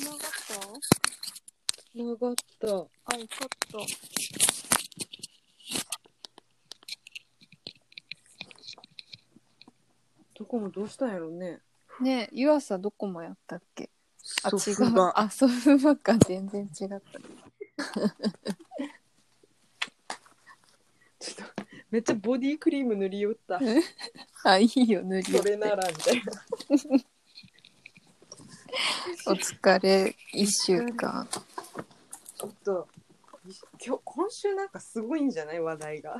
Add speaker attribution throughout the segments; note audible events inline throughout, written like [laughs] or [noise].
Speaker 1: がった
Speaker 2: 曲がった。
Speaker 1: あ、ちょっと。
Speaker 2: どこもどうしたんやろうね。
Speaker 1: ねえ、湯浅どこもやったっけあ、
Speaker 2: 祖
Speaker 1: 違
Speaker 2: 父
Speaker 1: う。
Speaker 2: が
Speaker 1: あ、ソフバか。全然違った。
Speaker 2: ちょっとめっちゃボディクリーム塗りよった。
Speaker 1: あ、いいよ、塗 [laughs] り。
Speaker 2: それな。らみたいな。
Speaker 1: お疲れ、一週間。
Speaker 2: ちょっと今日今週なんかすごいんじゃない話題が。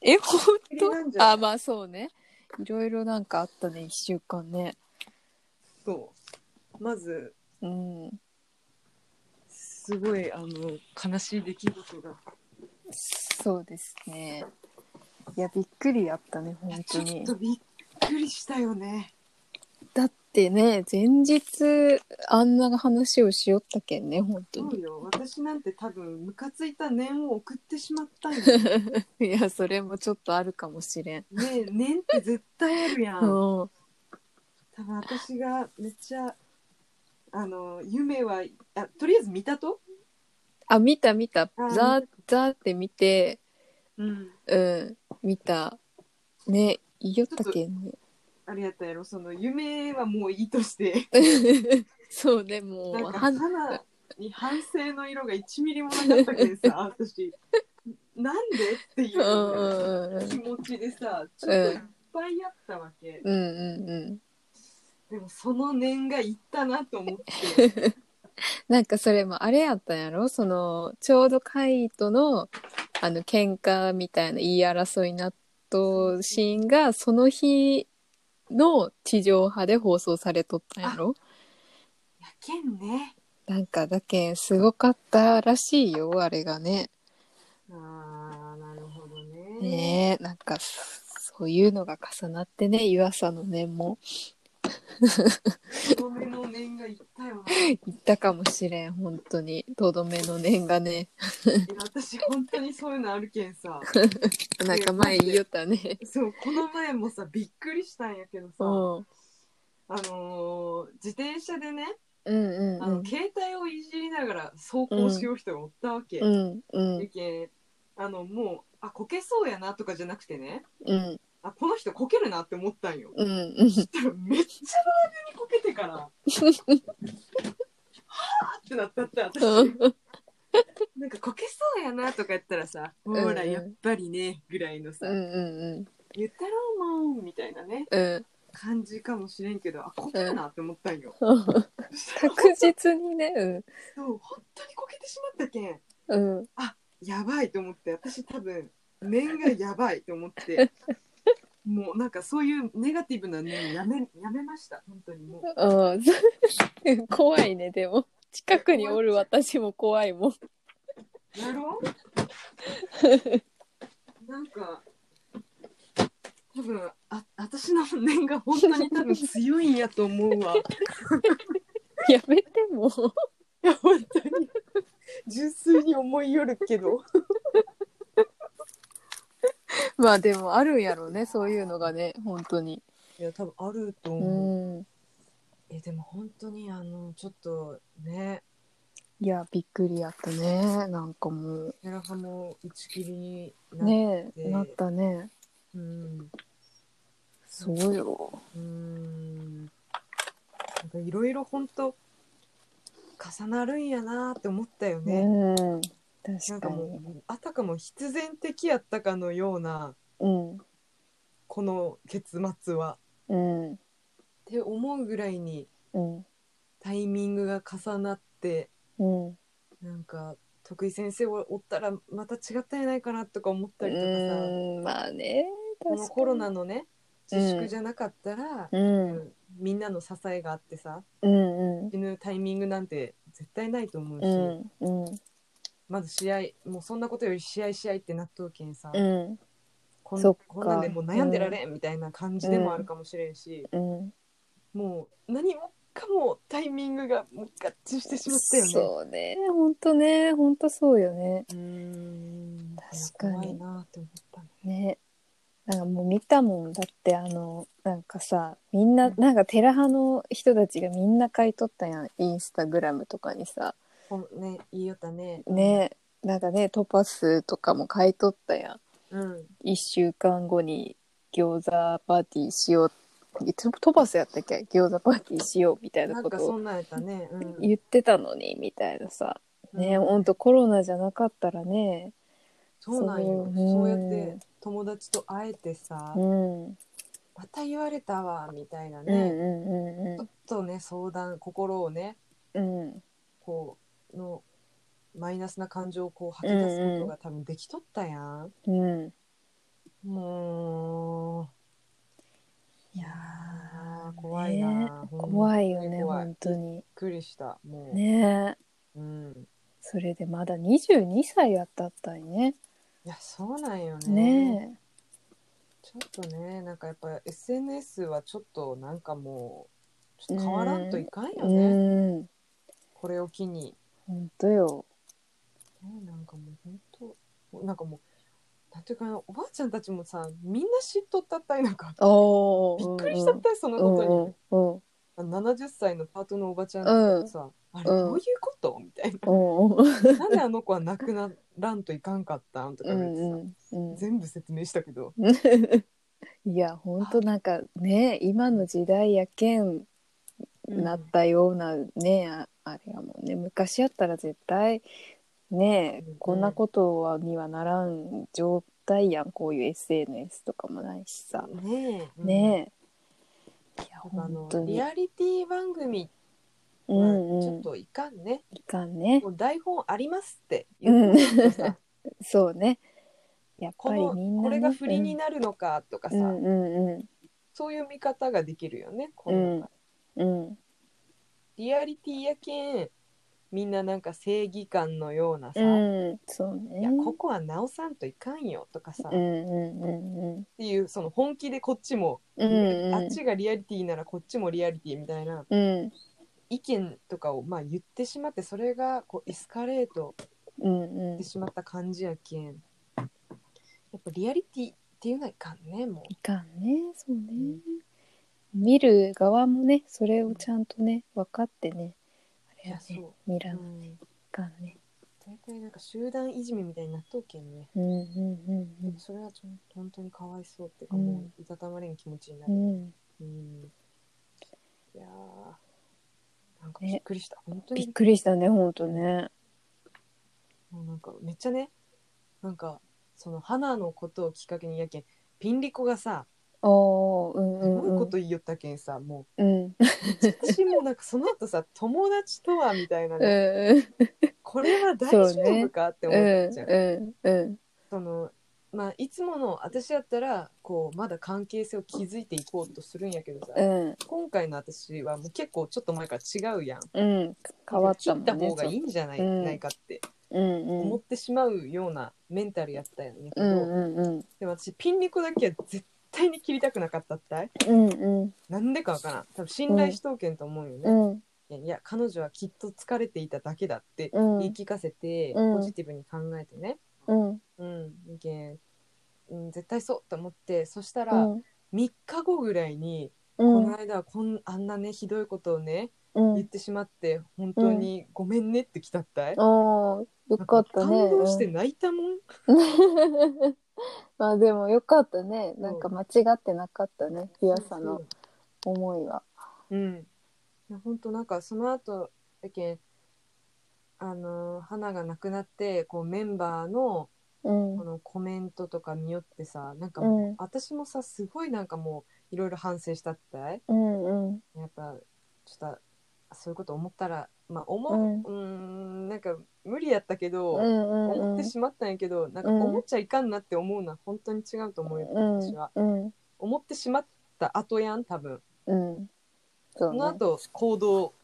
Speaker 1: え、ほ
Speaker 2: なん
Speaker 1: ん
Speaker 2: じ
Speaker 1: と
Speaker 2: ゃない
Speaker 1: あ、まあそうね。いろいろなんかあったね、一週間ね。
Speaker 2: そう。まず
Speaker 1: うん。
Speaker 2: すごいあの悲しい出来事が。
Speaker 1: そうですね。いや、びっくりやったね、本当に。
Speaker 2: びっくりしたよね。
Speaker 1: だってね、前日、あんな話をしよったけんね、本当
Speaker 2: そう
Speaker 1: に。
Speaker 2: よ。私なんて多分ムカついた念を送ってしまったんよ。ね
Speaker 1: いや、それもちょっとあるかもしれん。
Speaker 2: え念って絶対ある
Speaker 1: [laughs]
Speaker 2: や
Speaker 1: う
Speaker 2: ん。
Speaker 1: ん。
Speaker 2: 多分私がめっちゃあの夢はあとりあえず見たと、
Speaker 1: あ、見た見た
Speaker 2: あ。
Speaker 1: ザー、ザーって見て、
Speaker 2: うん、
Speaker 1: うん、見た。ね、言いよったけんね。
Speaker 2: あれやったやろその夢はもういいとして
Speaker 1: [laughs] そうね、も
Speaker 2: な
Speaker 1: う、
Speaker 2: んか
Speaker 1: はん
Speaker 2: 花に反省の色が1ミリもなかったけどさ
Speaker 1: [laughs]
Speaker 2: 私なんでってい
Speaker 1: うんう
Speaker 2: う、
Speaker 1: んうん
Speaker 2: 気持ちでさちょっといっぱいあったわけ、
Speaker 1: うんうんうん。
Speaker 2: でもその念がいったなと思って
Speaker 1: [laughs] なんかそれもあれやったんやろその、ちょうどカイとの、あの、喧嘩みたいな言い争いになっとシーンが、その日の地上波で放送されとったんやろ
Speaker 2: やけんね
Speaker 1: なんかだけん、すごかったらしいよ、あれがね。
Speaker 2: あーなるほどね
Speaker 1: ねえなんかそういうのが重なってね湯浅の念も
Speaker 2: 太めの念がいったよな
Speaker 1: 言ったかもしれん本当にとどめの念がね
Speaker 2: いや私本当にそういうのあるけんさ
Speaker 1: なんか前言いよったね。
Speaker 2: そうこの前もさびっくりしたんやけど
Speaker 1: う
Speaker 2: さ、
Speaker 1: んうん
Speaker 2: あのー自転車でね、
Speaker 1: うん
Speaker 2: あの携帯をいじりながら走行しよう人がおったわけ、
Speaker 1: うんうんうん
Speaker 2: でけんあのもうあこけそうやなとかじゃなくてね
Speaker 1: うん
Speaker 2: あこの人こけるなって思ったんよ
Speaker 1: うんうん
Speaker 2: そしたらめっちゃ周りにこけて
Speaker 1: [laughs]
Speaker 2: からはあってなったって私なんかこけそうやなとか言ったらさほらやっぱりねぐらいのさ、
Speaker 1: うんうん
Speaker 2: 言ったろうもんみたいなね
Speaker 1: うん
Speaker 2: 感じかもしれんけどあこけるなって思ったんよ、
Speaker 1: 確実にねうん
Speaker 2: そう本当にこけてしまったけん
Speaker 1: うん
Speaker 2: やばいと思って私多分念がやばいと思ってもうなんかそういうネガティブな念やめやめました本当にもう
Speaker 1: あー [laughs] 怖いねでも近くにおる私も怖いもん
Speaker 2: やろうなんか多分あ私の念が本当に多分強いんやと思うわ
Speaker 1: やめてもう
Speaker 2: いや本当に純粋に思いよるけど
Speaker 1: [laughs] まあでもあるんやろうねそういうのがね本当に
Speaker 2: いや多分あると
Speaker 1: う
Speaker 2: 思う、
Speaker 1: ん
Speaker 2: えでも本当にあのちょっとね
Speaker 1: いやびっくりやったねなんかも
Speaker 2: ヘラハも打ち切りに
Speaker 1: う
Speaker 2: な
Speaker 1: ね
Speaker 2: で
Speaker 1: えなったね
Speaker 2: うん
Speaker 1: そうよ
Speaker 2: うんなんかいろいろ本当重なるんやなって思ったよね、
Speaker 1: うん
Speaker 2: なん
Speaker 1: 確
Speaker 2: か
Speaker 1: か
Speaker 2: も
Speaker 1: に
Speaker 2: うあたかも必然的やったかのような
Speaker 1: うん
Speaker 2: この結末は
Speaker 1: うん
Speaker 2: って思うぐらいに
Speaker 1: うん
Speaker 2: タイミングが重なって
Speaker 1: うん
Speaker 2: なんか徳井先生をおったらまた違ったんやないかなとか思ったりとかさ、
Speaker 1: うんまあね
Speaker 2: このコロナのね自
Speaker 1: う
Speaker 2: 粛
Speaker 1: ん
Speaker 2: じゃなかったら、
Speaker 1: うん
Speaker 2: みんなの支えがあってさ
Speaker 1: うんうん
Speaker 2: 死ぬタイミングなんて絶対ないと思うし、
Speaker 1: うんうん
Speaker 2: まず試合もうそんなことより試合試合ってなっとうけんさ、
Speaker 1: うん
Speaker 2: こん
Speaker 1: そっか
Speaker 2: こんなんでもう悩んでられんみたいな感じでもあるかもしれんし、
Speaker 1: うん
Speaker 2: もう何もかもタイミングがもう合致してしまったよね。
Speaker 1: そうね本当ね本当そうよね
Speaker 2: うーん
Speaker 1: 確かに
Speaker 2: 怖いなって思ったね
Speaker 1: ねなんかもう見たもんだってあのなんかさみんな
Speaker 2: うん
Speaker 1: なんかテラ派の人たちがみんな買い取ったやんインスタグラムとかにさ
Speaker 2: ほんね、言いよったね。
Speaker 1: ねなんかねトパスとかも買い取ったや
Speaker 2: うん。
Speaker 1: ん1週間後に餃子パーティーしよういつトパスやったっけ餃子パーティーしようみたい
Speaker 2: な
Speaker 1: なんこ
Speaker 2: か
Speaker 1: と
Speaker 2: そ
Speaker 1: を
Speaker 2: んなんやったね。うん。
Speaker 1: 言ってたのにみたいなさね
Speaker 2: うん
Speaker 1: ほんとコロナじゃなかったらね
Speaker 2: そうなんよ。
Speaker 1: そ
Speaker 2: そうう
Speaker 1: う
Speaker 2: や
Speaker 1: ん
Speaker 2: って友達と会えてさ
Speaker 1: う、んうん
Speaker 2: また言われたわみたい
Speaker 1: う
Speaker 2: な
Speaker 1: ん
Speaker 2: ね。
Speaker 1: うん
Speaker 2: ちょっとね相談心をね
Speaker 1: うんうん
Speaker 2: こうのマイナスな感情をこう吐き出すことが多分できとったやん。
Speaker 1: うん
Speaker 2: もう
Speaker 1: い
Speaker 2: い
Speaker 1: や
Speaker 2: やー
Speaker 1: ー
Speaker 2: 怖いな、
Speaker 1: ね
Speaker 2: ほん
Speaker 1: 怖いよ
Speaker 2: に
Speaker 1: ね
Speaker 2: 怖い
Speaker 1: 本当に
Speaker 2: びっくりしたもう、
Speaker 1: ねえ
Speaker 2: うん、
Speaker 1: それでまだ22歳やったったいね
Speaker 2: いやそうなんよね
Speaker 1: ね
Speaker 2: ちょっとねなんかやっぱ SNS はちょっとなんかもうちょっと変わらんといかん
Speaker 1: え
Speaker 2: よね、
Speaker 1: うん
Speaker 2: これを機に、
Speaker 1: 本当よ
Speaker 2: ね、なんかもう本当なんかもうなんていうかなおばあちゃんたちもさみんな知っとったったいなんか
Speaker 1: お
Speaker 2: びっくりしたったいその
Speaker 1: うん
Speaker 2: ことに、
Speaker 1: うんうん
Speaker 2: あの70歳のパートのおばちゃんとかさ、あれ
Speaker 1: うん
Speaker 2: どういうことみたい
Speaker 1: うんうん [laughs]
Speaker 2: ななんであの子は亡くならんといかんかったんとか
Speaker 1: う
Speaker 2: 言ってさ、
Speaker 1: んうん
Speaker 2: 全部説明したけど
Speaker 1: いや本当なんかね今の時代やけんなったようなね、ああれやもんね昔やったら絶対ね
Speaker 2: うん
Speaker 1: こんなことはにはならん状態やんこういう SNS とかもないしさ
Speaker 2: ねえ、
Speaker 1: ねえいや
Speaker 2: うんあの
Speaker 1: 本当に
Speaker 2: リアリティ番組
Speaker 1: う
Speaker 2: は
Speaker 1: ん
Speaker 2: ち
Speaker 1: う
Speaker 2: ょっ
Speaker 1: ん
Speaker 2: といかんね、
Speaker 1: いかんね
Speaker 2: もう台本ありますって言ってさ、
Speaker 1: [laughs] そうねやっ
Speaker 2: こ
Speaker 1: ぱり
Speaker 2: の
Speaker 1: みんな、ね、
Speaker 2: これが振りになるのかとかさ、
Speaker 1: うんうん
Speaker 2: そういう見方ができるよねこ
Speaker 1: う
Speaker 2: の、
Speaker 1: んうんうん
Speaker 2: リアリティやけんみんななんか正義感のようなさ、
Speaker 1: うんそうね
Speaker 2: いやここは直さんといかんよとかさ、
Speaker 1: うん
Speaker 2: っ
Speaker 1: うんうんうん
Speaker 2: ていうその本気でこっちも、
Speaker 1: うんうん
Speaker 2: あっちがリアリティならこっちもリアリティみたいな
Speaker 1: うん
Speaker 2: 意見とかをまあ言ってしまってそれがこうエスカレート
Speaker 1: うんう
Speaker 2: っ
Speaker 1: ん
Speaker 2: てしまった感じやけんやっぱリアリティっていうのはいかんねも
Speaker 1: いかんねそうね、見る側もねそれをちゃんとね分かってねあ
Speaker 2: うい
Speaker 1: れは
Speaker 2: や
Speaker 1: ね
Speaker 2: そ
Speaker 1: 見
Speaker 2: う、う
Speaker 1: らない
Speaker 2: ん、
Speaker 1: かんね
Speaker 2: 大体なんか集団いじめみたいになっとうけんね
Speaker 1: うんうんうん
Speaker 2: それはちょ本当にかわいそうっていうか、
Speaker 1: うん
Speaker 2: もういたたまれん気持ちにな
Speaker 1: う
Speaker 2: る、
Speaker 1: んうん
Speaker 2: うんいやーなんかびっくりした、本当
Speaker 1: びっ
Speaker 2: に
Speaker 1: くりしたねほんとね
Speaker 2: もうなんかめっちゃねなんかその花のことをきっかけにやけんピンリコがさ
Speaker 1: ああうんう
Speaker 2: す
Speaker 1: ん
Speaker 2: ごいこ
Speaker 1: うん
Speaker 2: と言いよったけんさ、も
Speaker 1: うん
Speaker 2: う [laughs] 私もなんかその後さ友達とはみたいなね、
Speaker 1: うん
Speaker 2: これは大丈夫かって
Speaker 1: うん
Speaker 2: 思っちゃう。そ,、
Speaker 1: うんうん
Speaker 2: のまあいつもの私やったらこうまだ関係性を築いていこうとするんやけどさ、
Speaker 1: うん
Speaker 2: 今回の私はもう結構ちょっと前から違うやん。
Speaker 1: うん変わったもんね
Speaker 2: 切った方がいいんじゃない,、
Speaker 1: うん
Speaker 2: ないかって
Speaker 1: うんう
Speaker 2: 思っ
Speaker 1: ん
Speaker 2: てしまうようなメンタルやったんやけ
Speaker 1: う
Speaker 2: ど、
Speaker 1: んうんうん
Speaker 2: でも私ピンリコだけは絶対に切りたくなかったったい
Speaker 1: うんうん
Speaker 2: なんでかわからん多分信頼しとうけんと思うよ
Speaker 1: う
Speaker 2: ね、
Speaker 1: ん
Speaker 2: いや彼女はきっと疲れていただけだって
Speaker 1: うん
Speaker 2: 言い聞かせて、
Speaker 1: うん
Speaker 2: ポジティブに考えてね、
Speaker 1: うん
Speaker 2: うん、いけん、うん、絶対そうと思ってそしたら
Speaker 1: うん
Speaker 2: 3日後ぐらいに、
Speaker 1: う
Speaker 2: こ
Speaker 1: ん
Speaker 2: の間はこんあんなねひどいことをね
Speaker 1: うん
Speaker 2: 言ってしまって本当にごめんねって来たったい、
Speaker 1: ああよ
Speaker 2: なん
Speaker 1: か
Speaker 2: か
Speaker 1: ったね
Speaker 2: 感動して泣いたもん、
Speaker 1: [laughs] まあでもよかったね。なんか間違ってなかったね。ピアさんの思いは。
Speaker 2: うんいや本当なんかその後だけんあのー花が亡くなってこうメンバーの
Speaker 1: うん。
Speaker 2: このコメントとかによってさなんか
Speaker 1: う。
Speaker 2: もうん私もさすごいなんかもういろいろ反省したったい
Speaker 1: うんうん。
Speaker 2: やっぱちょっとそういうこと思ったらまあ思う、うーん、なんか無理やったけど、
Speaker 1: うんうん
Speaker 2: 思
Speaker 1: う
Speaker 2: っ
Speaker 1: ん
Speaker 2: て。しまったんやけどなんか
Speaker 1: うん
Speaker 2: 思っちゃいかんなって思うのは本当に違うと思うよ、
Speaker 1: うん
Speaker 2: 私は
Speaker 1: うん
Speaker 2: 思ってしまった後やん多分
Speaker 1: うん。そ
Speaker 2: その
Speaker 1: うね。
Speaker 2: 後行動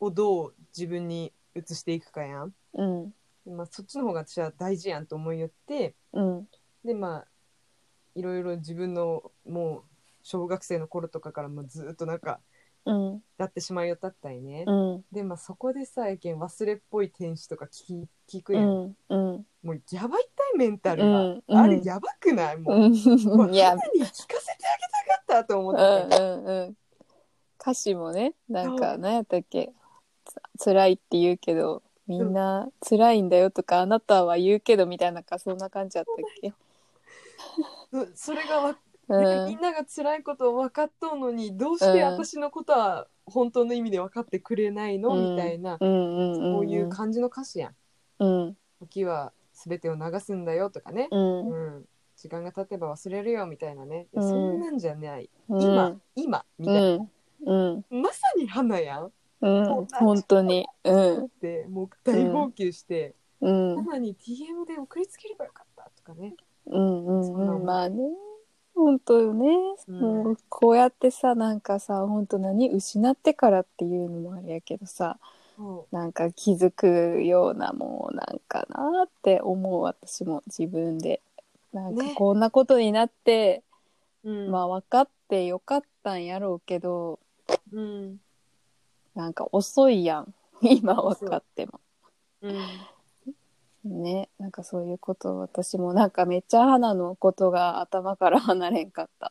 Speaker 2: をどう自分に移していくかやん、
Speaker 1: うん
Speaker 2: まあ、そっちの方が私は大事やんと思いよって
Speaker 1: うん
Speaker 2: でまあいろいろ自分のもう小学生の頃とかからもうずっとなんか
Speaker 1: うん
Speaker 2: なってしまいよったったいね、
Speaker 1: うん
Speaker 2: でまあそこでさやけん忘れっぽい天使とか聞き聞く
Speaker 1: う
Speaker 2: やん、
Speaker 1: んうん。
Speaker 2: もうやばいったいいメンタル
Speaker 1: う
Speaker 2: が、
Speaker 1: んうん
Speaker 2: あれやばくないもう、
Speaker 1: う。
Speaker 2: もうん
Speaker 1: いや、
Speaker 2: 花に聞かせてあげたかったと思
Speaker 1: う
Speaker 2: っ
Speaker 1: ん
Speaker 2: て、
Speaker 1: うんうん。歌詞もね、なん
Speaker 2: そ
Speaker 1: か、
Speaker 2: う
Speaker 1: 何やったっけ、つ辛いって言うけど、みんな辛いんだよとか、あなたは言うけどみたいな、かそんな感じやったっけ。
Speaker 2: うんそれがわ、
Speaker 1: う
Speaker 2: み
Speaker 1: ん
Speaker 2: ん。なが辛いことを分かっとうのにどうして私のことは本当の意味で分かってくれないの、
Speaker 1: うん
Speaker 2: みたいな、
Speaker 1: うんうんうん。
Speaker 2: こういう感じの歌詞やん
Speaker 1: うん
Speaker 2: 時は全てを流すんだよとかね、
Speaker 1: うん
Speaker 2: う。ん時間が経てば忘れるよみたいなね、いや
Speaker 1: うん
Speaker 2: そんなんじゃない
Speaker 1: うん
Speaker 2: 今、今み
Speaker 1: う
Speaker 2: たいな、
Speaker 1: ん。うん。
Speaker 2: まさに花やんっ
Speaker 1: うん。本当に。うん。
Speaker 2: てもう大号泣して、
Speaker 1: うん。
Speaker 2: 花に TM で送りつければよかったとかね
Speaker 1: うんう
Speaker 2: そんな
Speaker 1: う
Speaker 2: んも
Speaker 1: んん。まあね。本当よね。
Speaker 2: うん
Speaker 1: もうこうやってさ、なんかさ、本当何失ってからっていうのもあれやけどさ、
Speaker 2: そ
Speaker 1: なんか気づくようなもうなんかなって思う私も自分で。なんか
Speaker 2: ね
Speaker 1: こんなことになって、
Speaker 2: う、うん
Speaker 1: まあ分かってよかったんやろうけど、
Speaker 2: うん
Speaker 1: なんか遅いやん。 [laughs] 今分かっても。 [laughs]
Speaker 2: うん
Speaker 1: ね、なんかそういうこと私もなんかめっちゃ花のことが頭から離れんかった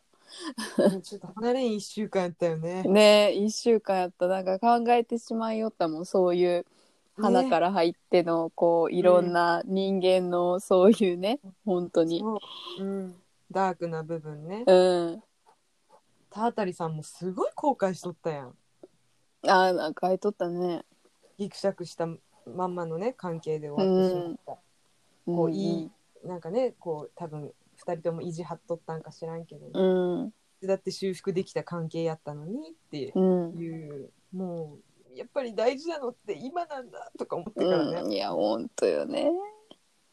Speaker 2: もうちょっと離れん1週間やったよね。
Speaker 1: ね1週間やったなんか考えてしまいよったもんそういう花から入っての、こういろんな人間のそういうね、本当に
Speaker 2: そううん、ダークな部分ね。
Speaker 1: うん
Speaker 2: タータリさんもすごい後悔しとったやん。
Speaker 1: あーなんか書いとったね
Speaker 2: ギクシャクしたまんまのね関係で終わってしまった。こういいなんかねこう多分2人とも意地張っとったんか知らんけど、ね
Speaker 1: うん
Speaker 2: だって修復できた関係やったのにってい
Speaker 1: うん、
Speaker 2: う、もうやっぱり大事なのって今なんだとか思ってからね、
Speaker 1: うん、いや本当よね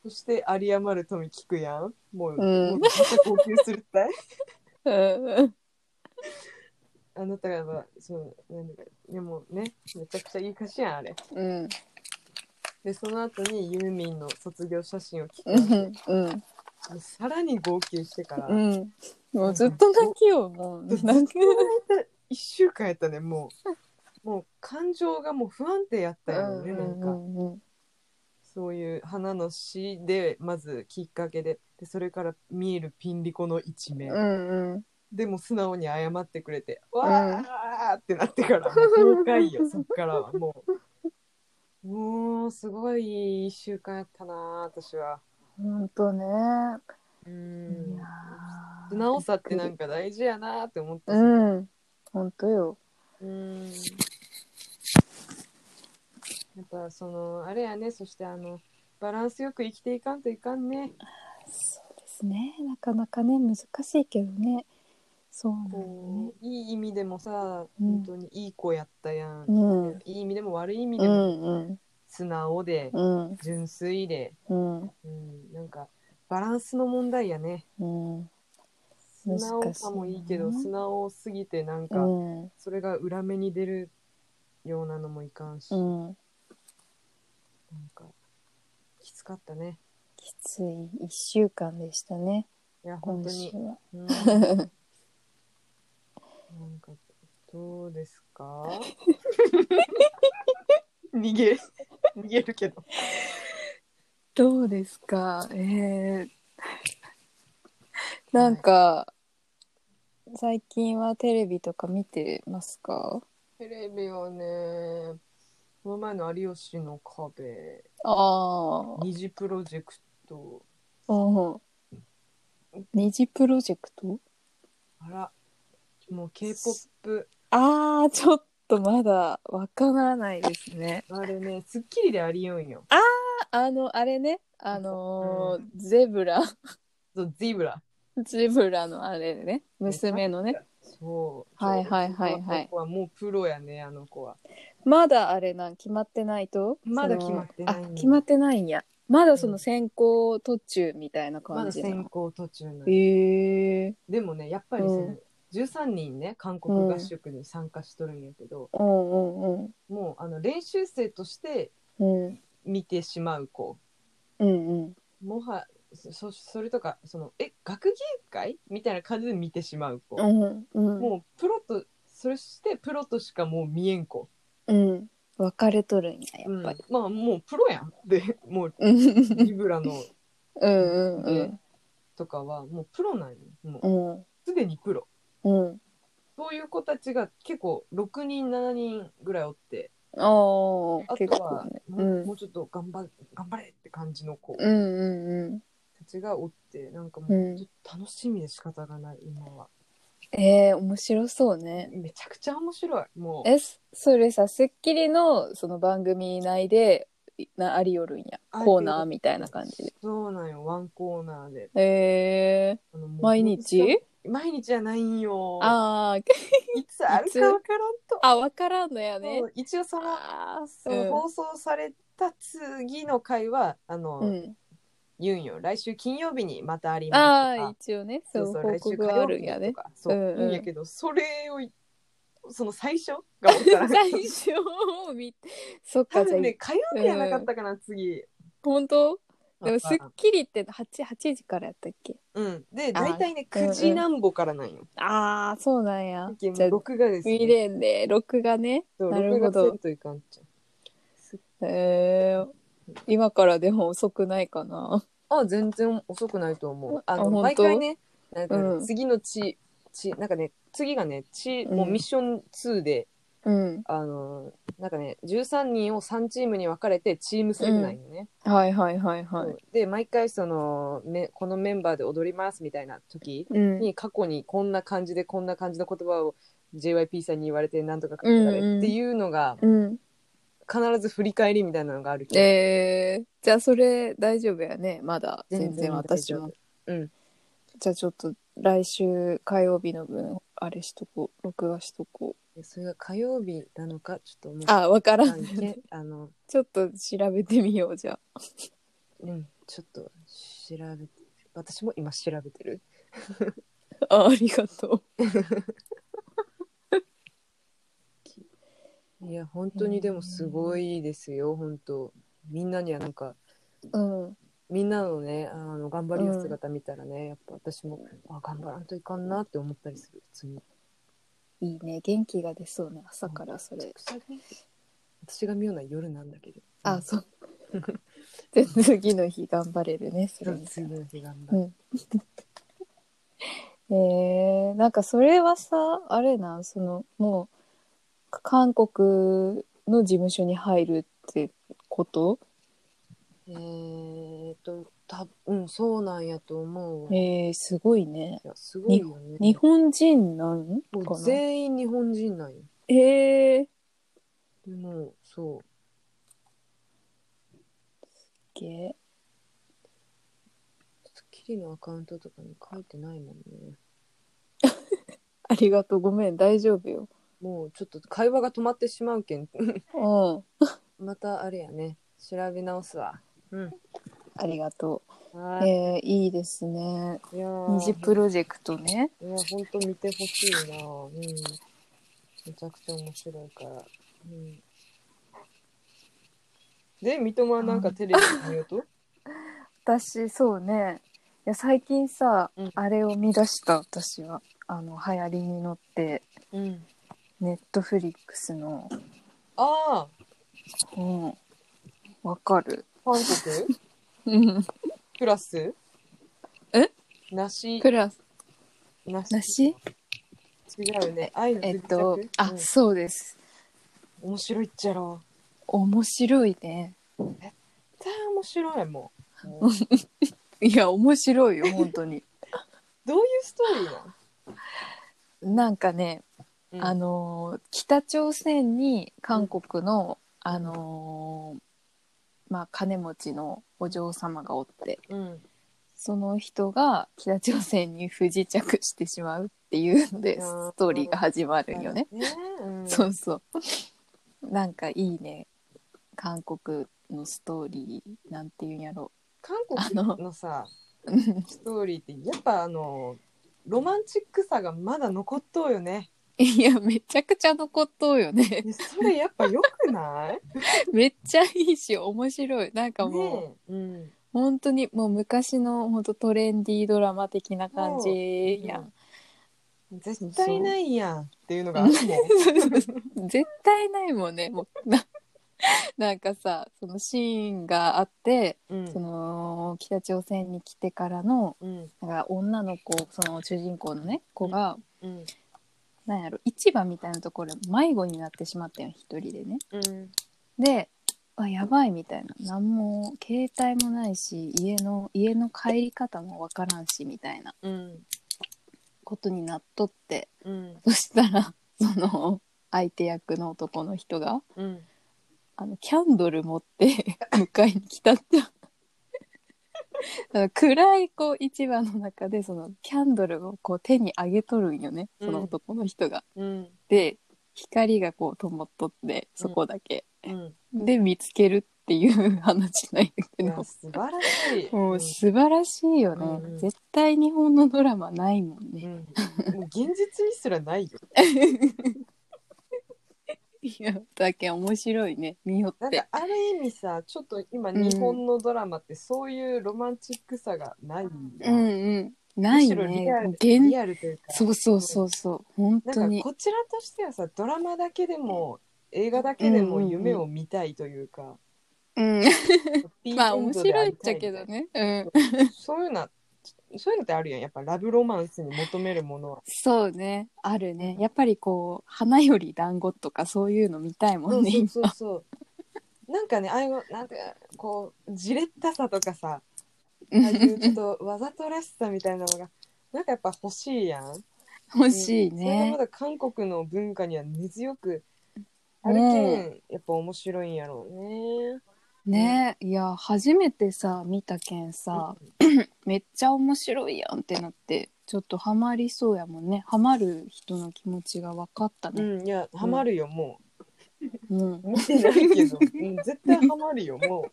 Speaker 2: そして有り余る富聞くやんも
Speaker 1: う
Speaker 2: う,、
Speaker 1: ん
Speaker 2: もうめっちゃ号泣するったい
Speaker 1: うん
Speaker 2: [laughs] あなたが、そう、なんだか、でもね、めちゃくちゃいい歌詞やん、あれ。
Speaker 1: うん
Speaker 2: で、その後にユーミンの卒業写真を聞
Speaker 1: う
Speaker 2: く。
Speaker 1: んうん
Speaker 2: もうさらに号泣してから、
Speaker 1: う
Speaker 2: 1
Speaker 1: んもうずっと泣きよもう泣き
Speaker 2: 週間やったね、も
Speaker 1: [laughs]
Speaker 2: う。もう感情がもう不安定やったよね、なん
Speaker 1: う
Speaker 2: か。
Speaker 1: んうん
Speaker 2: そういう花の詩で、まずきっかけで、で、それから見えるピンリコの一
Speaker 1: う
Speaker 2: 面。
Speaker 1: んうん
Speaker 2: でも素直に謝ってくれて、わーってなってから、もう崩
Speaker 1: [laughs]
Speaker 2: 壊よ、そっからはもう。もう、すごい一週間やったなぁ、私は。
Speaker 1: 本当ね。
Speaker 2: う
Speaker 1: い
Speaker 2: ん
Speaker 1: や。
Speaker 2: 素直さってなんか大事やなぁって思ったし。
Speaker 1: うん。本当よ。
Speaker 2: うん。やっぱ、その、あれやね、そしてあの、バランスよく生きていかんといかんね。
Speaker 1: そうですね。なかなかね、難しいけどね。そうなんよ
Speaker 2: こう、いい意味でもさ、
Speaker 1: うん
Speaker 2: 本当にいい子やったやん。
Speaker 1: ね。
Speaker 2: いい意味でも悪い意味
Speaker 1: うん。う
Speaker 2: でも、
Speaker 1: んうん。
Speaker 2: 素直で、
Speaker 1: うん。
Speaker 2: 純粋で、
Speaker 1: うん。
Speaker 2: うん、なんかバランスの問題やね
Speaker 1: うん。
Speaker 2: 素直さもいいけど
Speaker 1: 難しい
Speaker 2: 素直すぎてなん
Speaker 1: う
Speaker 2: か
Speaker 1: ん。
Speaker 2: それが裏目に出るようなのもいかんし、なん
Speaker 1: うん。
Speaker 2: かきつかったね
Speaker 1: きつい一週間でしたね。
Speaker 2: いや本
Speaker 1: 今
Speaker 2: 当
Speaker 1: 週
Speaker 2: に、
Speaker 1: は。
Speaker 2: うん、なん
Speaker 1: [laughs]
Speaker 2: かどうですか逃げ逃げるけど
Speaker 1: どうですかえー、なんか、最近はテレビとか見てますか
Speaker 2: テレビはねこの前の「有吉の壁
Speaker 1: あ」あ。
Speaker 2: 二次プロジェクト
Speaker 1: うん。二次プロジェクト
Speaker 2: あらもう k p o p
Speaker 1: ああ、ちょっとまだわからないですね。
Speaker 2: あれね、スッキリでありよんよ。
Speaker 1: [laughs] あの、あれね、あのー
Speaker 2: う
Speaker 1: ゼブラ、 [laughs]
Speaker 2: そう、ゼブラ。
Speaker 1: ゼブラのあれね、娘のね。
Speaker 2: そう。
Speaker 1: はいはいはいはい
Speaker 2: あの子はもうプロやね、あの子は。
Speaker 1: まだあれなん、決まってないと
Speaker 2: まだ
Speaker 1: その
Speaker 2: 決まってない
Speaker 1: あ、決まってないんや。まだその選考途中みたいな
Speaker 2: ま
Speaker 1: 感
Speaker 2: だ
Speaker 1: じなの。
Speaker 2: 選考途中なの。
Speaker 1: へえ
Speaker 2: でもね、やっぱりその、
Speaker 1: うん
Speaker 2: 13人ね、韓国合宿に参加しとるんやけど、
Speaker 1: うんうんうん。
Speaker 2: もうあの練習生として
Speaker 1: うん
Speaker 2: 見てしまう子。
Speaker 1: うんうん。
Speaker 2: もはそそれとかそのえ学芸会みたいな感じで見てしまう
Speaker 1: う
Speaker 2: 子、
Speaker 1: んうん。
Speaker 2: もうプロとそしてプロとしかもう見えん子、
Speaker 1: うん。分かれとるんや、
Speaker 2: う
Speaker 1: やっ
Speaker 2: ん、
Speaker 1: ぱ
Speaker 2: ま
Speaker 1: り。
Speaker 2: あもうプロやんでもう
Speaker 1: うん。
Speaker 2: リブラの
Speaker 1: うんうん
Speaker 2: とかはもうプロなんよも
Speaker 1: う
Speaker 2: うんすでにプロ
Speaker 1: うん
Speaker 2: そういう子たちが結構6人7人ぐらいおって
Speaker 1: ああ
Speaker 2: あ
Speaker 1: ー
Speaker 2: と
Speaker 1: 結
Speaker 2: は
Speaker 1: 構ね
Speaker 2: も
Speaker 1: う
Speaker 2: う,、
Speaker 1: ん
Speaker 2: ちょっと頑張頑張れって感じの子
Speaker 1: うんうんう
Speaker 2: たちがおってなんかも
Speaker 1: う
Speaker 2: うんちょっと楽しみで仕方がない今は
Speaker 1: んえー、面白そうね
Speaker 2: めちゃくちゃ面白いもう
Speaker 1: えそそれさ『スッキリ』のその番組内でいなありよるんや
Speaker 2: ありよる
Speaker 1: コーナーみたいな感じで
Speaker 2: そうなんよワンコーナーで
Speaker 1: え
Speaker 2: あのも
Speaker 1: ー、
Speaker 2: う
Speaker 1: 毎日
Speaker 2: 毎日じゃないんよ
Speaker 1: あー [laughs]
Speaker 2: いつあるかわからんと
Speaker 1: あ分からんのやね
Speaker 2: そう一応その
Speaker 1: あ
Speaker 2: その
Speaker 1: うん
Speaker 2: 放送された次の回はあの、
Speaker 1: ーうん
Speaker 2: 言うんよ来週金曜日にまたありますと
Speaker 1: あー
Speaker 2: か
Speaker 1: 一応ね
Speaker 2: そ
Speaker 1: そうう
Speaker 2: そう
Speaker 1: 報
Speaker 2: 来週
Speaker 1: 告
Speaker 2: 火
Speaker 1: があ
Speaker 2: 曜
Speaker 1: るん
Speaker 2: 日
Speaker 1: や
Speaker 2: に
Speaker 1: ね
Speaker 2: とかそう、
Speaker 1: うんうん
Speaker 2: 言うんやけどそれをいその最初が分からん
Speaker 1: [laughs] [laughs] 最初を見てそっか
Speaker 2: 多
Speaker 1: じゃあ
Speaker 2: 分ね火曜日やなかったかな、次
Speaker 1: 本当でも『
Speaker 2: あ
Speaker 1: スッキリ』って 8, 8時からやったっけ
Speaker 2: うんで
Speaker 1: あ
Speaker 2: 大体ね
Speaker 1: うんうん
Speaker 2: 9時なんぼからなんよ、
Speaker 1: ああそうなんや
Speaker 2: じゃあ
Speaker 1: じゃあ
Speaker 2: 録画です、
Speaker 1: 見れんで録画ね
Speaker 2: そう
Speaker 1: なる
Speaker 2: 録
Speaker 1: ほ
Speaker 2: 画
Speaker 1: ど
Speaker 2: せんといかんちゃ
Speaker 1: えー、今からでも遅くないかな
Speaker 2: うあ全然遅くないと思うあ
Speaker 1: あ
Speaker 2: の
Speaker 1: 本当
Speaker 2: 毎回ねなんかね、
Speaker 1: うん
Speaker 2: 次の地地なんかね次がね地もうミッション2で、
Speaker 1: うん
Speaker 2: あのなんかね13人を3チームに分かれてチーム制なんよね、
Speaker 1: はいはいはいは
Speaker 2: そ
Speaker 1: いう
Speaker 2: で毎回そのめこのメンバーで踊りますみたいな時
Speaker 1: うん
Speaker 2: に過去にこんな感じでこんな感じの言葉を JYP さんに言われてなんとかかけられ
Speaker 1: うんうん
Speaker 2: っていうのが
Speaker 1: うん
Speaker 2: 必ず振り返りみたいなのがあるけど、
Speaker 1: えー、じゃあそれ大丈夫やねまだ全然私も
Speaker 2: 大丈夫うん
Speaker 1: じゃあちょっと来週火曜日の分あれしとこう録画しとこう
Speaker 2: それが火曜日なのかちょっともう
Speaker 1: あわから
Speaker 2: あ
Speaker 1: ん
Speaker 2: いけあの
Speaker 1: [laughs] ちょっと調べてみようじゃあ
Speaker 2: うんちょっと調べて私も今調べてる
Speaker 1: あ [laughs] ありがと
Speaker 2: いや本当にでもすごいですよ本当みんなにはなんか
Speaker 1: ううん
Speaker 2: みんなのねあの頑張りの姿見たらね、やっぱ私もあ頑張らんといかんなって思ったりする普
Speaker 1: [laughs]
Speaker 2: 通に
Speaker 1: いいね元気が出そうね朝からそれ
Speaker 2: 私が妙な夜なんだけど
Speaker 1: あ [laughs] そうで次の日頑張れるねそれ
Speaker 2: うん
Speaker 1: に
Speaker 2: 次の日頑張
Speaker 1: う
Speaker 2: る、
Speaker 1: んえー、なんかそれはさあれなんそのもうか韓国の事務所に入るってこと
Speaker 2: えーっとたうんそうなんやと思う、い
Speaker 1: えー、すごいね
Speaker 2: やすごいよね
Speaker 1: 日本人なん
Speaker 2: も
Speaker 1: か
Speaker 2: う
Speaker 1: な
Speaker 2: 全員日本人なんよ
Speaker 1: えー、
Speaker 2: でもそう
Speaker 1: げ
Speaker 2: 『スッキリ』のアカウントとかに書いてないもんね
Speaker 1: ありがとうごめん大丈夫よ
Speaker 2: もうちょっと会話が止まってしまうけん
Speaker 1: うん
Speaker 2: またあれやね調べ直すわうん
Speaker 1: ありがとう
Speaker 2: はい
Speaker 1: えー、いいですね
Speaker 2: いやー
Speaker 1: 二次プロジェクトね
Speaker 2: いや、ほんと見てほしいなうん。めちゃくちゃ面白いから。うん。で、三笘はなんかテレビ見ようと
Speaker 1: 私そうねいや最近さ、
Speaker 2: うん
Speaker 1: あれを見出した私はあの流行りに乗って
Speaker 2: うん。
Speaker 1: ネットフリックスの
Speaker 2: ああ、
Speaker 1: うんわかる
Speaker 2: 韓国 [laughs]
Speaker 1: うん
Speaker 2: プラス
Speaker 1: え
Speaker 2: 梨、
Speaker 1: プラス
Speaker 2: 梨
Speaker 1: 梨
Speaker 2: 違うね。愛の
Speaker 1: えっ
Speaker 2: 不時着
Speaker 1: と
Speaker 2: うん
Speaker 1: あ、そうです
Speaker 2: 面白いっちゃろ。
Speaker 1: 面白いね
Speaker 2: 絶対面白
Speaker 1: [laughs]
Speaker 2: いもん。もう
Speaker 1: いや面白いよ本当に
Speaker 2: どういうストーリーなの
Speaker 1: なんかね、
Speaker 2: うん
Speaker 1: あのー北朝鮮に韓国の、あのーまあ金持ちのお嬢様がおって
Speaker 2: うん。
Speaker 1: その人が北朝鮮に不時着してしまうっていうので
Speaker 2: あー
Speaker 1: ストーリーが始まるんよね。
Speaker 2: ね。うん
Speaker 1: そうそう。なんかいいね。韓国のストーリーなんていうんやろ。
Speaker 2: 韓国の
Speaker 1: うん
Speaker 2: さ、ストーリーってやっぱあのロマンチックさがまだ残っとうよね
Speaker 1: いやめちゃくちゃ残っとうよね。
Speaker 2: えそれやっぱ良くない
Speaker 1: めっちゃいいし面白い。 [laughs] なんかもう、
Speaker 2: ねえ、うん、
Speaker 1: 本当にもう昔の本当トレンディードラマ的な感じやん。 [laughs]
Speaker 2: うん絶対ないやんっていうのがあるもん
Speaker 1: 絶対ないもんねもうななんかさそのシーンがあって、
Speaker 2: うん
Speaker 1: その北朝鮮に来てからの
Speaker 2: うん
Speaker 1: なんか女の子その主人公のね子が、
Speaker 2: うん
Speaker 1: なんやろ市場みたいなところで迷子になってしまったよ一人でね。
Speaker 2: うん
Speaker 1: であやばいみたいな何も携帯もないし家の家の帰り方もわからんしみたいな
Speaker 2: うん
Speaker 1: ことになっとって
Speaker 2: うん
Speaker 1: そしたらその相手役の男の人が
Speaker 2: うん
Speaker 1: あのキャンドル持って迎えに来たって [laughs] あの暗いこう市場の中でそのキャンドルをこう手に上げとるんよねその男の人が。
Speaker 2: うん
Speaker 1: で光がこう灯っとってそこだけ、
Speaker 2: うん
Speaker 1: で見つけるっていう [laughs] 話なんやけ
Speaker 2: いや
Speaker 1: ど
Speaker 2: 素晴らしい
Speaker 1: もう素晴らしいよね、
Speaker 2: うんうん
Speaker 1: 絶対日本のドラマないもん
Speaker 2: う
Speaker 1: ね、
Speaker 2: んうんもう現実にすらないよ
Speaker 1: いやだけ面白いね見よ
Speaker 2: な
Speaker 1: っ
Speaker 2: んか
Speaker 1: て
Speaker 2: ある意味さちょっと今日本のドラマってそういうロマンチックさがない、
Speaker 1: うんうんない
Speaker 2: むしろリ
Speaker 1: ね
Speaker 2: ア
Speaker 1: もう
Speaker 2: ル
Speaker 1: 現
Speaker 2: リアルというか
Speaker 1: そうそうそうそう本
Speaker 2: な
Speaker 1: 当
Speaker 2: ん
Speaker 1: に
Speaker 2: かこちらとしてはさドラマだけでも映画だけで
Speaker 1: うんうんう
Speaker 2: も
Speaker 1: ん
Speaker 2: 夢を見たいというか、
Speaker 1: うん
Speaker 2: ピー
Speaker 1: まあ
Speaker 2: エン
Speaker 1: 面
Speaker 2: ドで
Speaker 1: 白
Speaker 2: あ
Speaker 1: いっ
Speaker 2: り
Speaker 1: ち
Speaker 2: た
Speaker 1: ゃ
Speaker 2: いみた
Speaker 1: け
Speaker 2: いな
Speaker 1: どねうん
Speaker 2: そういうのはそういうのってあるやんやっぱラブロマンスに求めるものは
Speaker 1: そうねあるねやっぱりこう花より団子とかそういうの見たいもんね
Speaker 2: そうそうそうそうなんかねああいうなんかこうじれったさとかさああ
Speaker 1: 今
Speaker 2: いうちょっとわざとらしさみたいなのがなんかやっぱ欲しいやん
Speaker 1: 欲しい
Speaker 2: それが
Speaker 1: ね
Speaker 2: まだ韓国の文化には根強くあるけんやっぱ面白いんやろうね。
Speaker 1: ねいや初めてさ見たけんさ、めっちゃ面白いやんってなってちょっとハマりそうやもんねハマる人の気持ちが分かった
Speaker 2: う
Speaker 1: ね、
Speaker 2: ん、いやハマるよも
Speaker 1: うん
Speaker 2: う見てないけど、うん、絶対ハマるよもう。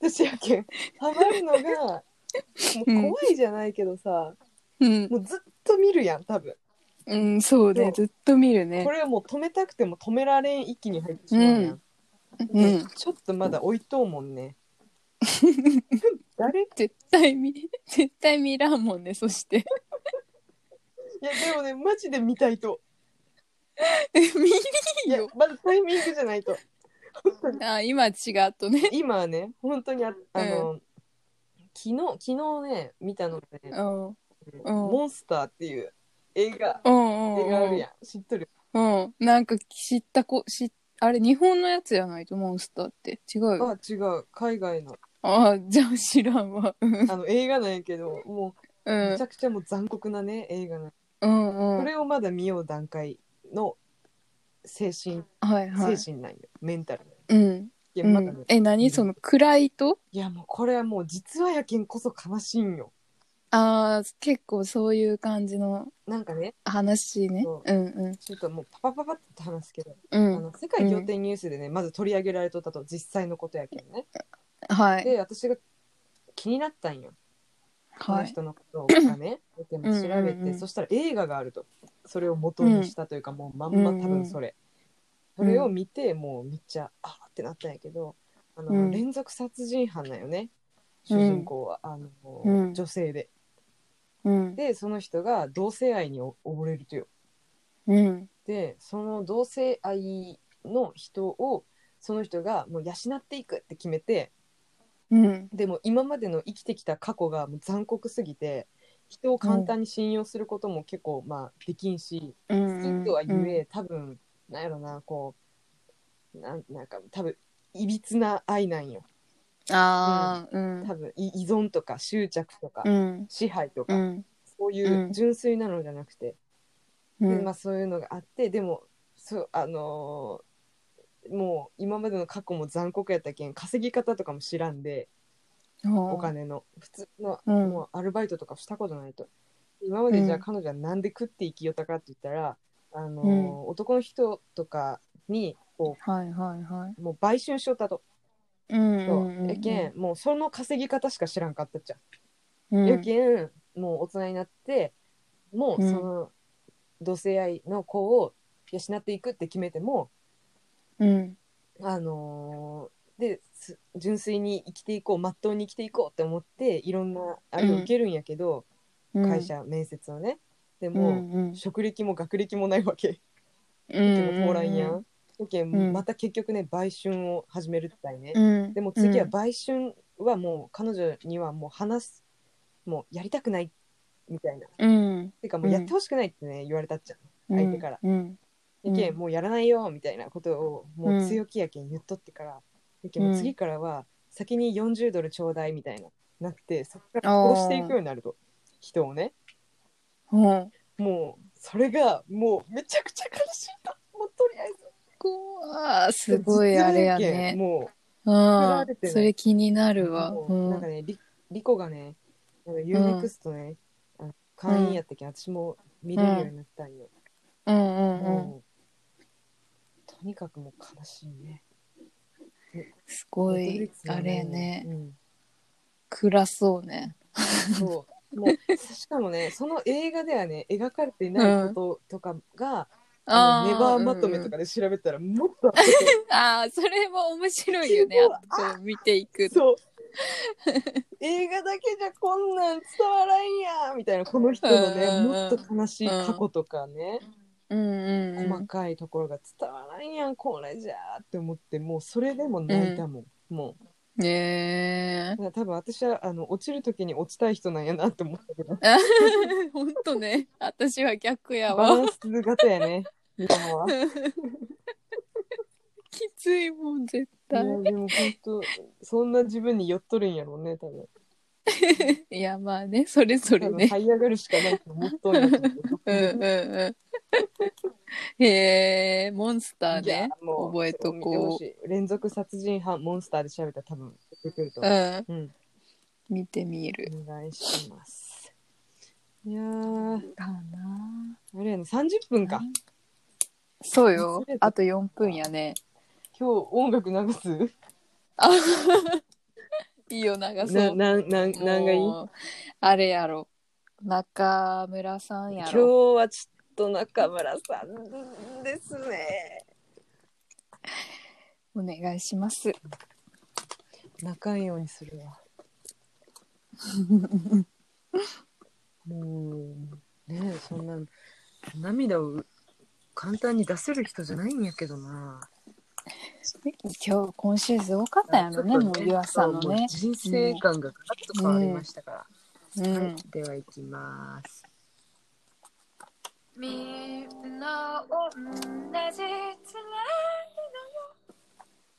Speaker 2: 私やけんハマるのがもう怖いじゃないけどさ、
Speaker 1: うん、
Speaker 2: もうずっと見るやん多分
Speaker 1: うん、そうねずっと見るね
Speaker 2: これはもう止めたくても止められん域に入ってしまうやん、
Speaker 1: うん
Speaker 2: ちょっとまだ置いとうもん
Speaker 1: [laughs]
Speaker 2: ね誰い
Speaker 1: 絶対見絶対見らんもんねそして [laughs]
Speaker 2: やでもねマジで見たいと
Speaker 1: 見り
Speaker 2: いや
Speaker 1: よ
Speaker 2: まだタイミングじゃないと [laughs]
Speaker 1: あ今違うとね
Speaker 2: 今はね本当にああの、昨日昨日ね見たので、ね
Speaker 1: うんうん
Speaker 2: モンスター」っていう映画
Speaker 1: うん
Speaker 2: 映画あ
Speaker 1: う
Speaker 2: る
Speaker 1: ん
Speaker 2: やん知っとる
Speaker 1: うんなんか知ったこ知あれ日本のやつじゃないとモンスターって違うよ
Speaker 2: あ違う海外の
Speaker 1: ああ、じゃあ知らんわ。うん。
Speaker 2: あの映画なんやけども
Speaker 1: う
Speaker 2: うんめちゃくちゃもう残酷なね映画なん
Speaker 1: うんう
Speaker 2: そ
Speaker 1: ん。
Speaker 2: れをまだ見よう段階の精神、
Speaker 1: はいはい。
Speaker 2: 精神なんよメンタル
Speaker 1: うん。
Speaker 2: いや
Speaker 1: う
Speaker 2: まだね、
Speaker 1: ん、え、何その暗いと
Speaker 2: いやもうこれはもう実はやけんこそ悲しいんよ
Speaker 1: ああ、結構そういう感じの
Speaker 2: なんかね
Speaker 1: 話ね
Speaker 2: そ。
Speaker 1: うんう
Speaker 2: ちょっともうパパパパって話すけど、
Speaker 1: ん。
Speaker 2: あ
Speaker 1: うん。
Speaker 2: の世界仰天ニュースでね、まず取り上げられとったと実際のことやけんね
Speaker 1: はい。
Speaker 2: で私が気になったんよこ
Speaker 1: は
Speaker 2: の
Speaker 1: い。
Speaker 2: 人のこと
Speaker 1: [laughs]
Speaker 2: がね、でも調べて、
Speaker 1: うんうんうん
Speaker 2: そしたら映画があるとそれを元にしたというか、もうまんま多分それ、
Speaker 1: うん
Speaker 2: それを見てもうめっちゃあーってなったんやけどあの、
Speaker 1: うん
Speaker 2: 連続殺人犯なんよね主人公は、あの
Speaker 1: うん
Speaker 2: 女性で
Speaker 1: うん。
Speaker 2: でその人が同性愛にお溺れるとよ
Speaker 1: うん。
Speaker 2: でその同性愛の人をその人がもう養っていくって決めて
Speaker 1: うん。
Speaker 2: でも今までの生きてきた過去がもう残酷すぎて人を簡単に信用することも結構まあできんし、
Speaker 1: う
Speaker 2: 好
Speaker 1: ん。
Speaker 2: きとはゆえ、多分なんやろなこうなんなんか多分いびつな愛なんよ
Speaker 1: うん。ああ、うん。
Speaker 2: 多分い依存とか執着とか、
Speaker 1: うん。
Speaker 2: 支配とか、
Speaker 1: うん。
Speaker 2: そうい
Speaker 1: ん
Speaker 2: う純粋なのじゃなくて、
Speaker 1: う
Speaker 2: でま
Speaker 1: ん
Speaker 2: あ、そういうのがあってでもそうあのーもう今までの過去も残酷やったけん稼ぎ方とかも知らんで、お金の普通の、
Speaker 1: うん
Speaker 2: もうアルバイトとかしたことないと今までじゃ
Speaker 1: う
Speaker 2: あ
Speaker 1: ん
Speaker 2: 彼女はなんで食って生きよったかって言ったら、あのー
Speaker 1: うん
Speaker 2: 男の人とかにこ
Speaker 1: はいはいは
Speaker 2: うもう売春しよったと、
Speaker 1: い。うん
Speaker 2: そう
Speaker 1: うんうん。
Speaker 2: やけんもうその稼ぎ方しか知らんかったじゃん、
Speaker 1: うん。
Speaker 2: やけんもう大人になってもうその同性愛の子を養っていくって決めても
Speaker 1: うん。
Speaker 2: あのーです純粋に生きていこうまっとうに生きていこうって思っていろんなあれを受けるんやけど、
Speaker 1: うん
Speaker 2: 会社面接をね、で
Speaker 1: うん
Speaker 2: も、
Speaker 1: うん。
Speaker 2: 職歴も学歴もないわけ
Speaker 1: う
Speaker 2: で
Speaker 1: ん
Speaker 2: も。おらんやん、やけん
Speaker 1: うん
Speaker 2: また結局ね売春を始めるってね、
Speaker 1: うん
Speaker 2: でも次は売春はもう彼女にはもう話すもうやりたくないみたいな
Speaker 1: うん
Speaker 2: てかもうやってほしくないってね、言われたっちゃ
Speaker 1: うん
Speaker 2: 相手から
Speaker 1: うん
Speaker 2: うやけん、
Speaker 1: うん
Speaker 2: もうやらないよみたいなことをもう強気やけん言っとってから、やけんもう
Speaker 1: うん
Speaker 2: 次からは先に40ドルちょうだいみたいななってそっから殺していくようになると人をね
Speaker 1: うん
Speaker 2: もうそれがもうめちゃくちゃ悲しいともうとりあえず
Speaker 1: こわーすごいあれや
Speaker 2: 実現
Speaker 1: ね
Speaker 2: も
Speaker 1: う
Speaker 2: ら
Speaker 1: ん
Speaker 2: れてない
Speaker 1: それ気にな
Speaker 2: う
Speaker 1: るわ
Speaker 2: も
Speaker 1: う
Speaker 2: うなんか
Speaker 1: ん
Speaker 2: ねリリコがねなんか UNEXT ね、あの会員やったけん、私も見れるようになったんよ、
Speaker 1: うんうんうん
Speaker 2: もうとにかくもう悲しいね
Speaker 1: すごい
Speaker 2: Netflix
Speaker 1: あ
Speaker 2: の
Speaker 1: れやね
Speaker 2: うん
Speaker 1: 暗そうね
Speaker 2: そうもうしかもねその映画ではね描かれていないこととかが、あ
Speaker 1: あ
Speaker 2: の
Speaker 1: ー
Speaker 2: ネバーまとめとかで調べたらもっとあって
Speaker 1: うんうんあーそれも面白いよね
Speaker 2: すごい
Speaker 1: あと見ていく
Speaker 2: そう
Speaker 1: [laughs]
Speaker 2: 映画だけじゃこんなん伝わらんやみたいなこの人のね
Speaker 1: うんうんうん
Speaker 2: もっと悲しい過去とかね、
Speaker 1: うんうんう
Speaker 2: 細
Speaker 1: ん
Speaker 2: かいところが伝わらんやんこれじゃーって思ってもうそれでも泣いたもん、もう
Speaker 1: ね
Speaker 2: だから多分私はあの落ちる時に落ちたい人なんやなって思ったけど
Speaker 1: え [laughs] ほんとね私は逆や
Speaker 2: バラ
Speaker 1: わ
Speaker 2: ンス型やねみた
Speaker 1: [laughs]
Speaker 2: は。
Speaker 1: きついもん絶
Speaker 2: いや
Speaker 1: 対
Speaker 2: でも本当そんな自分に寄っとるんやろうね多分
Speaker 1: いやまあねそれぞれ
Speaker 2: 多分
Speaker 1: ね
Speaker 2: 這い上がるしかないと思っとんやと思
Speaker 1: うんうんうんへえモンスター
Speaker 2: いや
Speaker 1: ね
Speaker 2: もう
Speaker 1: 覚えとこう
Speaker 2: 見てほしい連続殺人犯モンスターで調べたら多分出てくると
Speaker 1: う
Speaker 2: 思う、
Speaker 1: ん
Speaker 2: うん
Speaker 1: 見てみる
Speaker 2: お願いしますいやー
Speaker 1: かな
Speaker 2: あれやね30分か
Speaker 1: うんそうよあと4分やね
Speaker 2: 今日音楽流す
Speaker 1: あいいよ長そ
Speaker 2: な
Speaker 1: う
Speaker 2: なんなんなんがいい
Speaker 1: もうあれやろ中村さんや
Speaker 2: 今日
Speaker 1: ろ
Speaker 2: はちょっと中村さんですね
Speaker 1: お願いします
Speaker 2: 泣かんように
Speaker 1: [laughs]
Speaker 2: するわもうねえそんな涙を簡単に出せる人じゃないんやけどな
Speaker 1: 今日今シーズン多かったやろね
Speaker 2: ちょっ
Speaker 1: も
Speaker 2: と
Speaker 1: う湯浅の
Speaker 2: も
Speaker 1: ね
Speaker 2: う、人生観がガラッと変わりましたから、
Speaker 1: う
Speaker 2: は
Speaker 1: ん
Speaker 2: い、ではいきます
Speaker 3: みんな同じ辛いのよ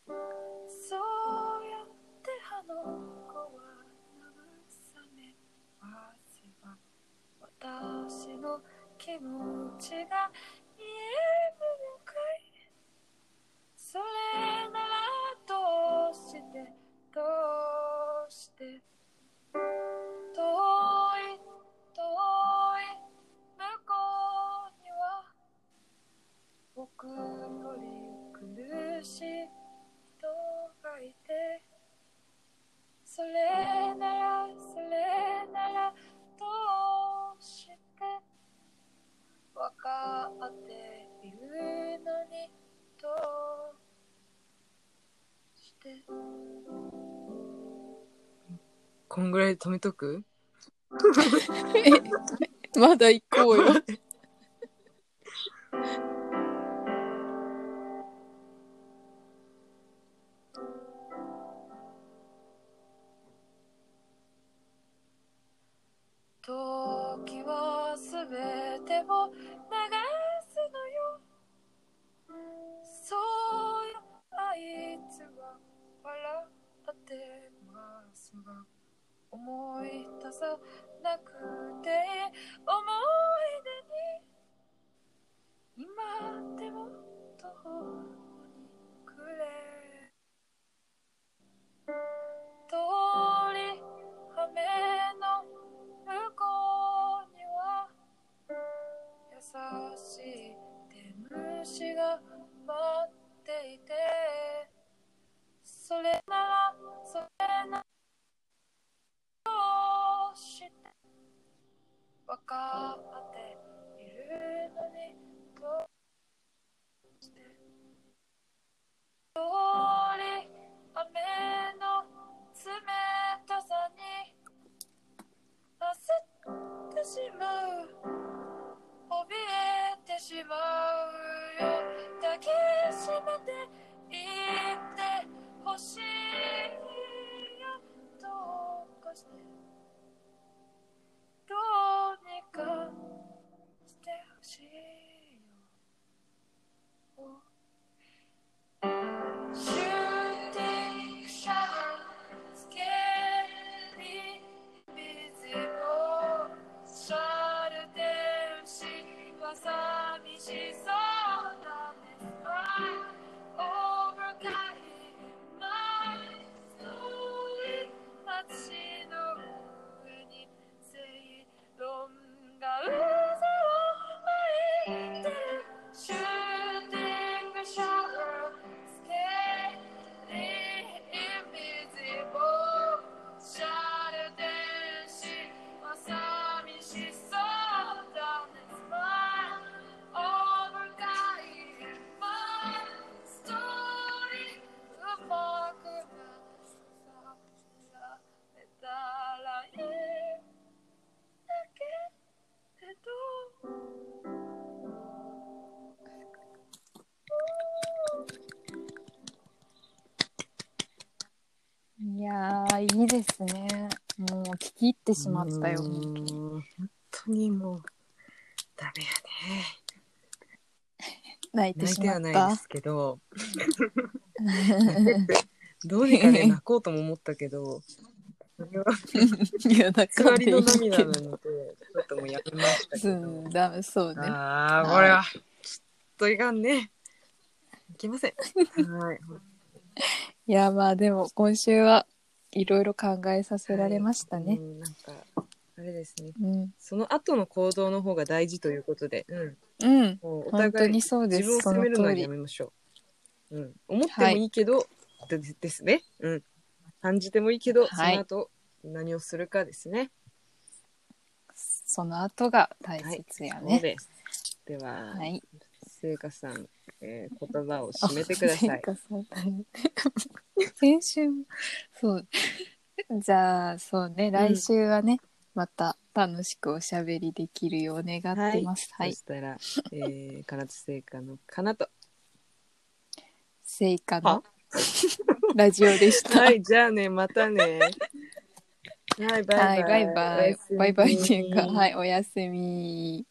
Speaker 3: そうやってあの子は慰めますが私の気持ちが見えるのかいそれならどうしてどうして遠い遠い向こうには僕より苦しい人がいてそれならそれならどうしてわかっているのにどうして
Speaker 2: こんぐらいで止めとく
Speaker 1: えまだ行こうよ
Speaker 3: 時はすべてを流すのよそうよあいつは笑ってますが思い出さなくて思い出に今でも途方に暮れ通り雨の向こうには優しい天使が待っていてそれならそれならどうして分かっているのにどうして通り雨の冷たさに焦ってしまう怯えてしまうよ抱きしめ
Speaker 1: いやーいいですねもう聞き入ってしまったよ
Speaker 2: うーん本当にもうダメやね
Speaker 1: 泣いて
Speaker 2: 泣い
Speaker 1: してま
Speaker 2: は
Speaker 1: っ
Speaker 2: ない
Speaker 1: た
Speaker 2: ですけどどうに
Speaker 1: [laughs]
Speaker 2: かね泣こうとも思ったけどそれはい
Speaker 4: やだ
Speaker 2: 座
Speaker 4: から
Speaker 2: りの
Speaker 4: いい
Speaker 2: 涙
Speaker 4: け
Speaker 2: なの
Speaker 4: ど
Speaker 2: でちょっともうやめましたけ
Speaker 4: う
Speaker 2: ど、
Speaker 4: んダメそうね
Speaker 2: ああこれはちょっといかんねいき
Speaker 1: [laughs]
Speaker 2: ませんはい
Speaker 1: いやまあでも今週はいろいろ考えさせられましたね、
Speaker 2: うんなんかあれですね
Speaker 1: うん、
Speaker 2: その後の行動の方が大事ということで、うん、
Speaker 1: うん、
Speaker 2: もうお
Speaker 1: 本当
Speaker 2: 互い
Speaker 1: にそうで
Speaker 2: 自分
Speaker 1: す
Speaker 2: を
Speaker 1: そ
Speaker 2: 責
Speaker 1: の
Speaker 2: めるの
Speaker 1: 通
Speaker 2: は
Speaker 1: り
Speaker 2: やめましょう。うん、思ってもいいけど、でですね、うん、感じてもいいけど、
Speaker 1: はい
Speaker 2: その後何をするかですね。
Speaker 1: その後が大切や
Speaker 2: そう
Speaker 1: ね
Speaker 2: です。では、
Speaker 1: はい、
Speaker 2: せいかさん、えー言葉を締めてくださ
Speaker 1: なん
Speaker 2: い。
Speaker 1: かそうだね
Speaker 4: 先週も
Speaker 1: そう [laughs] じゃあそうね来週はね、また楽しくおしゃべりできるよう願ってます [laughs] はい、
Speaker 2: そしたら、えー、かなとせいかのかなと。
Speaker 1: 成果のラジオでした、
Speaker 2: [laughs] はい、じゃあね、またね。はい、バイバ
Speaker 1: は
Speaker 2: イ。。
Speaker 1: いバイバイバイバイっていうかはいいおやすみ